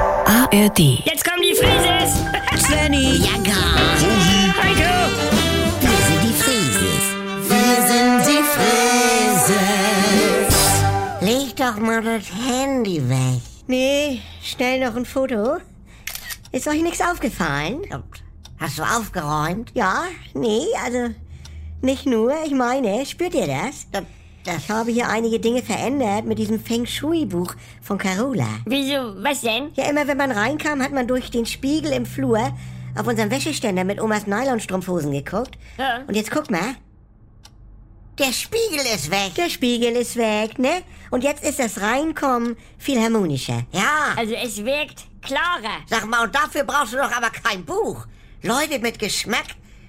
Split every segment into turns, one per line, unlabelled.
ARD.
Jetzt kommen die Frises!
Svenny,
Ja, gar.
Heiko!
Wir sind die Frieses. Wir sind die Frieses. Leg doch mal das Handy weg.
nee, schnell noch ein Foto. Ist euch nichts aufgefallen?
Hast du aufgeräumt?
Ja, nee, also nicht nur, ich meine, spürt ihr das?
Das, das,
Ich habe hier einige Dinge verändert mit diesem Feng Shui-Buch von Carola.
Wieso? Was denn?
Ja, immer wenn man reinkam, hat man durch den Spiegel im Flur auf unseren Wäscheständer mit Omas Nylonstrumpfhosen geguckt.
Ja.
Und jetzt guck mal,
der Spiegel ist weg.
der Spiegel ist weg, ne? Und jetzt ist das Reinkommen viel harmonischer.
Ja,
Also es wirkt klarer.
sag mal, und dafür brauchst du doch aber kein Buch. Leute mit Geschmack,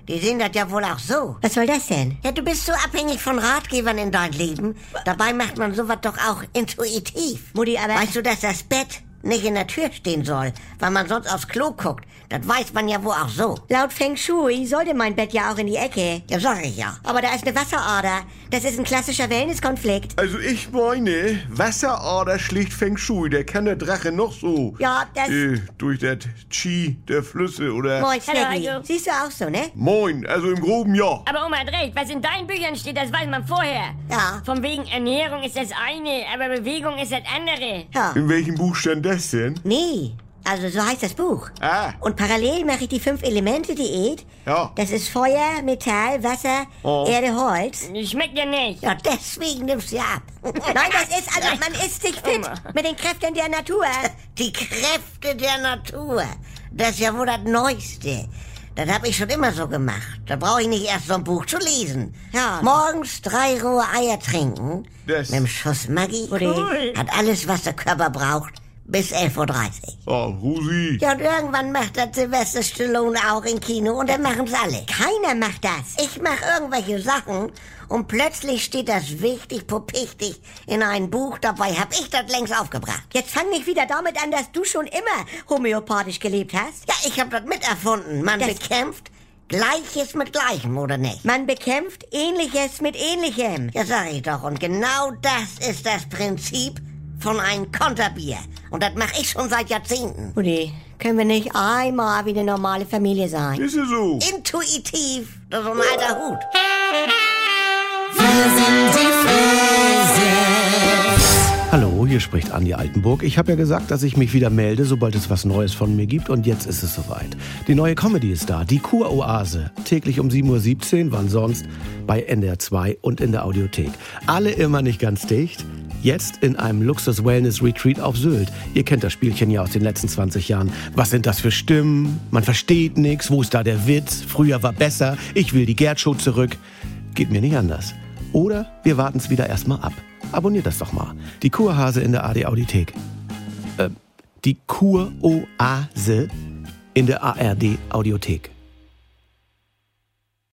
die sehen das ja wohl auch so.
Was soll das denn?
Ja, du bist so abhängig von Ratgebern in deinem Leben. Dabei macht man sowas doch auch intuitiv.
Mutti, aber-
Weißt du, dass das Bett nicht in der Tür stehen soll, weil man sonst aufs Klo guckt? Das weiß man ja wohl auch so.
Laut Feng Shui sollte mein Bett ja auch in die Ecke.
Ja, sag ich ja.
Aber da ist eine Wasserader. Das ist ein klassischer Wellnesskonflikt.
Also ich meine, Wasserader schlägt Feng Shui, der kann der Drache noch so.
Ja, das-
Äh, durch das Chi der Flüsse oder...
Moin,
Hallo,
Snaggy.
Heiko.
Siehst du auch so, ne?
Moin, also im groben ja.
Aber Oma hat recht, was in deinen Büchern steht, das weiß man vorher.
Ja.
Von wegen Ernährung ist das eine, aber Bewegung ist das andere.
Ja.
In welchem Buch stand das denn?
Nee, also so heißt das Buch.
Ah,
Und parallel mache ich die Fünf-Elemente-Diät.
Ja.
Das ist Feuer, Metall, Wasser,
Oh.
Erde, Holz.
Schmeckt ja nicht.
Ja, deswegen nimmst du ja ab.
Nein, das ist, also man ist sich fit mit den Kräften der Natur.
Die Kräfte der Natur. Das ist ja wohl das Neueste. Das habe ich schon immer so gemacht. Da brauche ich nicht erst so ein Buch zu lesen.
Ja.
Morgens drei rohe Eier trinken.
Das-
Mit einem Schuss Maggi.
Cool.
Hat alles, was der Körper braucht, bis 11.30 Uhr.
oh, Rosi.
Ja, und irgendwann macht das Sylvester Stallone auch im Kino und dann machen's alle.
Keiner macht das.
Ich mache irgendwelche Sachen und plötzlich steht das wichtig pupichtig in einem Buch. Dabei hab ich das längst aufgebracht.
Jetzt fang nicht wieder damit an, dass du schon immer homöopathisch gelebt hast.
Ja, ich hab das miterfunden. Man
Das-
bekämpft Gleiches mit Gleichem, oder nicht?
Man bekämpft Ähnliches mit Ähnlichem.
Ja, sag ich doch. Und genau das ist das Prinzip von einem Konterbier. Und das mache ich schon seit Jahrzehnten.
Rudi, können wir nicht einmal wie eine normale Familie sein?
Ist es so?
Intuitiv, das ist so ein alter Hut.
Hallo, hier spricht Andi Altenburg. Ich habe ja gesagt, dass ich mich wieder melde, sobald es was Neues von mir gibt. Und jetzt ist es soweit. Die neue Comedy ist da, die Kuroase. Täglich um 7.17 Uhr, wann sonst, bei NDR 2 und in der Audiothek. Alle immer nicht ganz dicht. Jetzt in einem Luxus-Wellness-Retreat auf Sylt. Ihr kennt das Spielchen ja aus den letzten 20 Jahren. Was sind das für Stimmen? Man versteht nichts. Wo ist da der Witz? Früher war besser. Ich will die Gerd-Show zurück. Geht mir nicht anders. Oder wir warten es wieder erstmal ab. Abonniert das doch mal. Die Kurhase in der AD Audiothek. Äh, die Kuroase in der ARD Audiothek.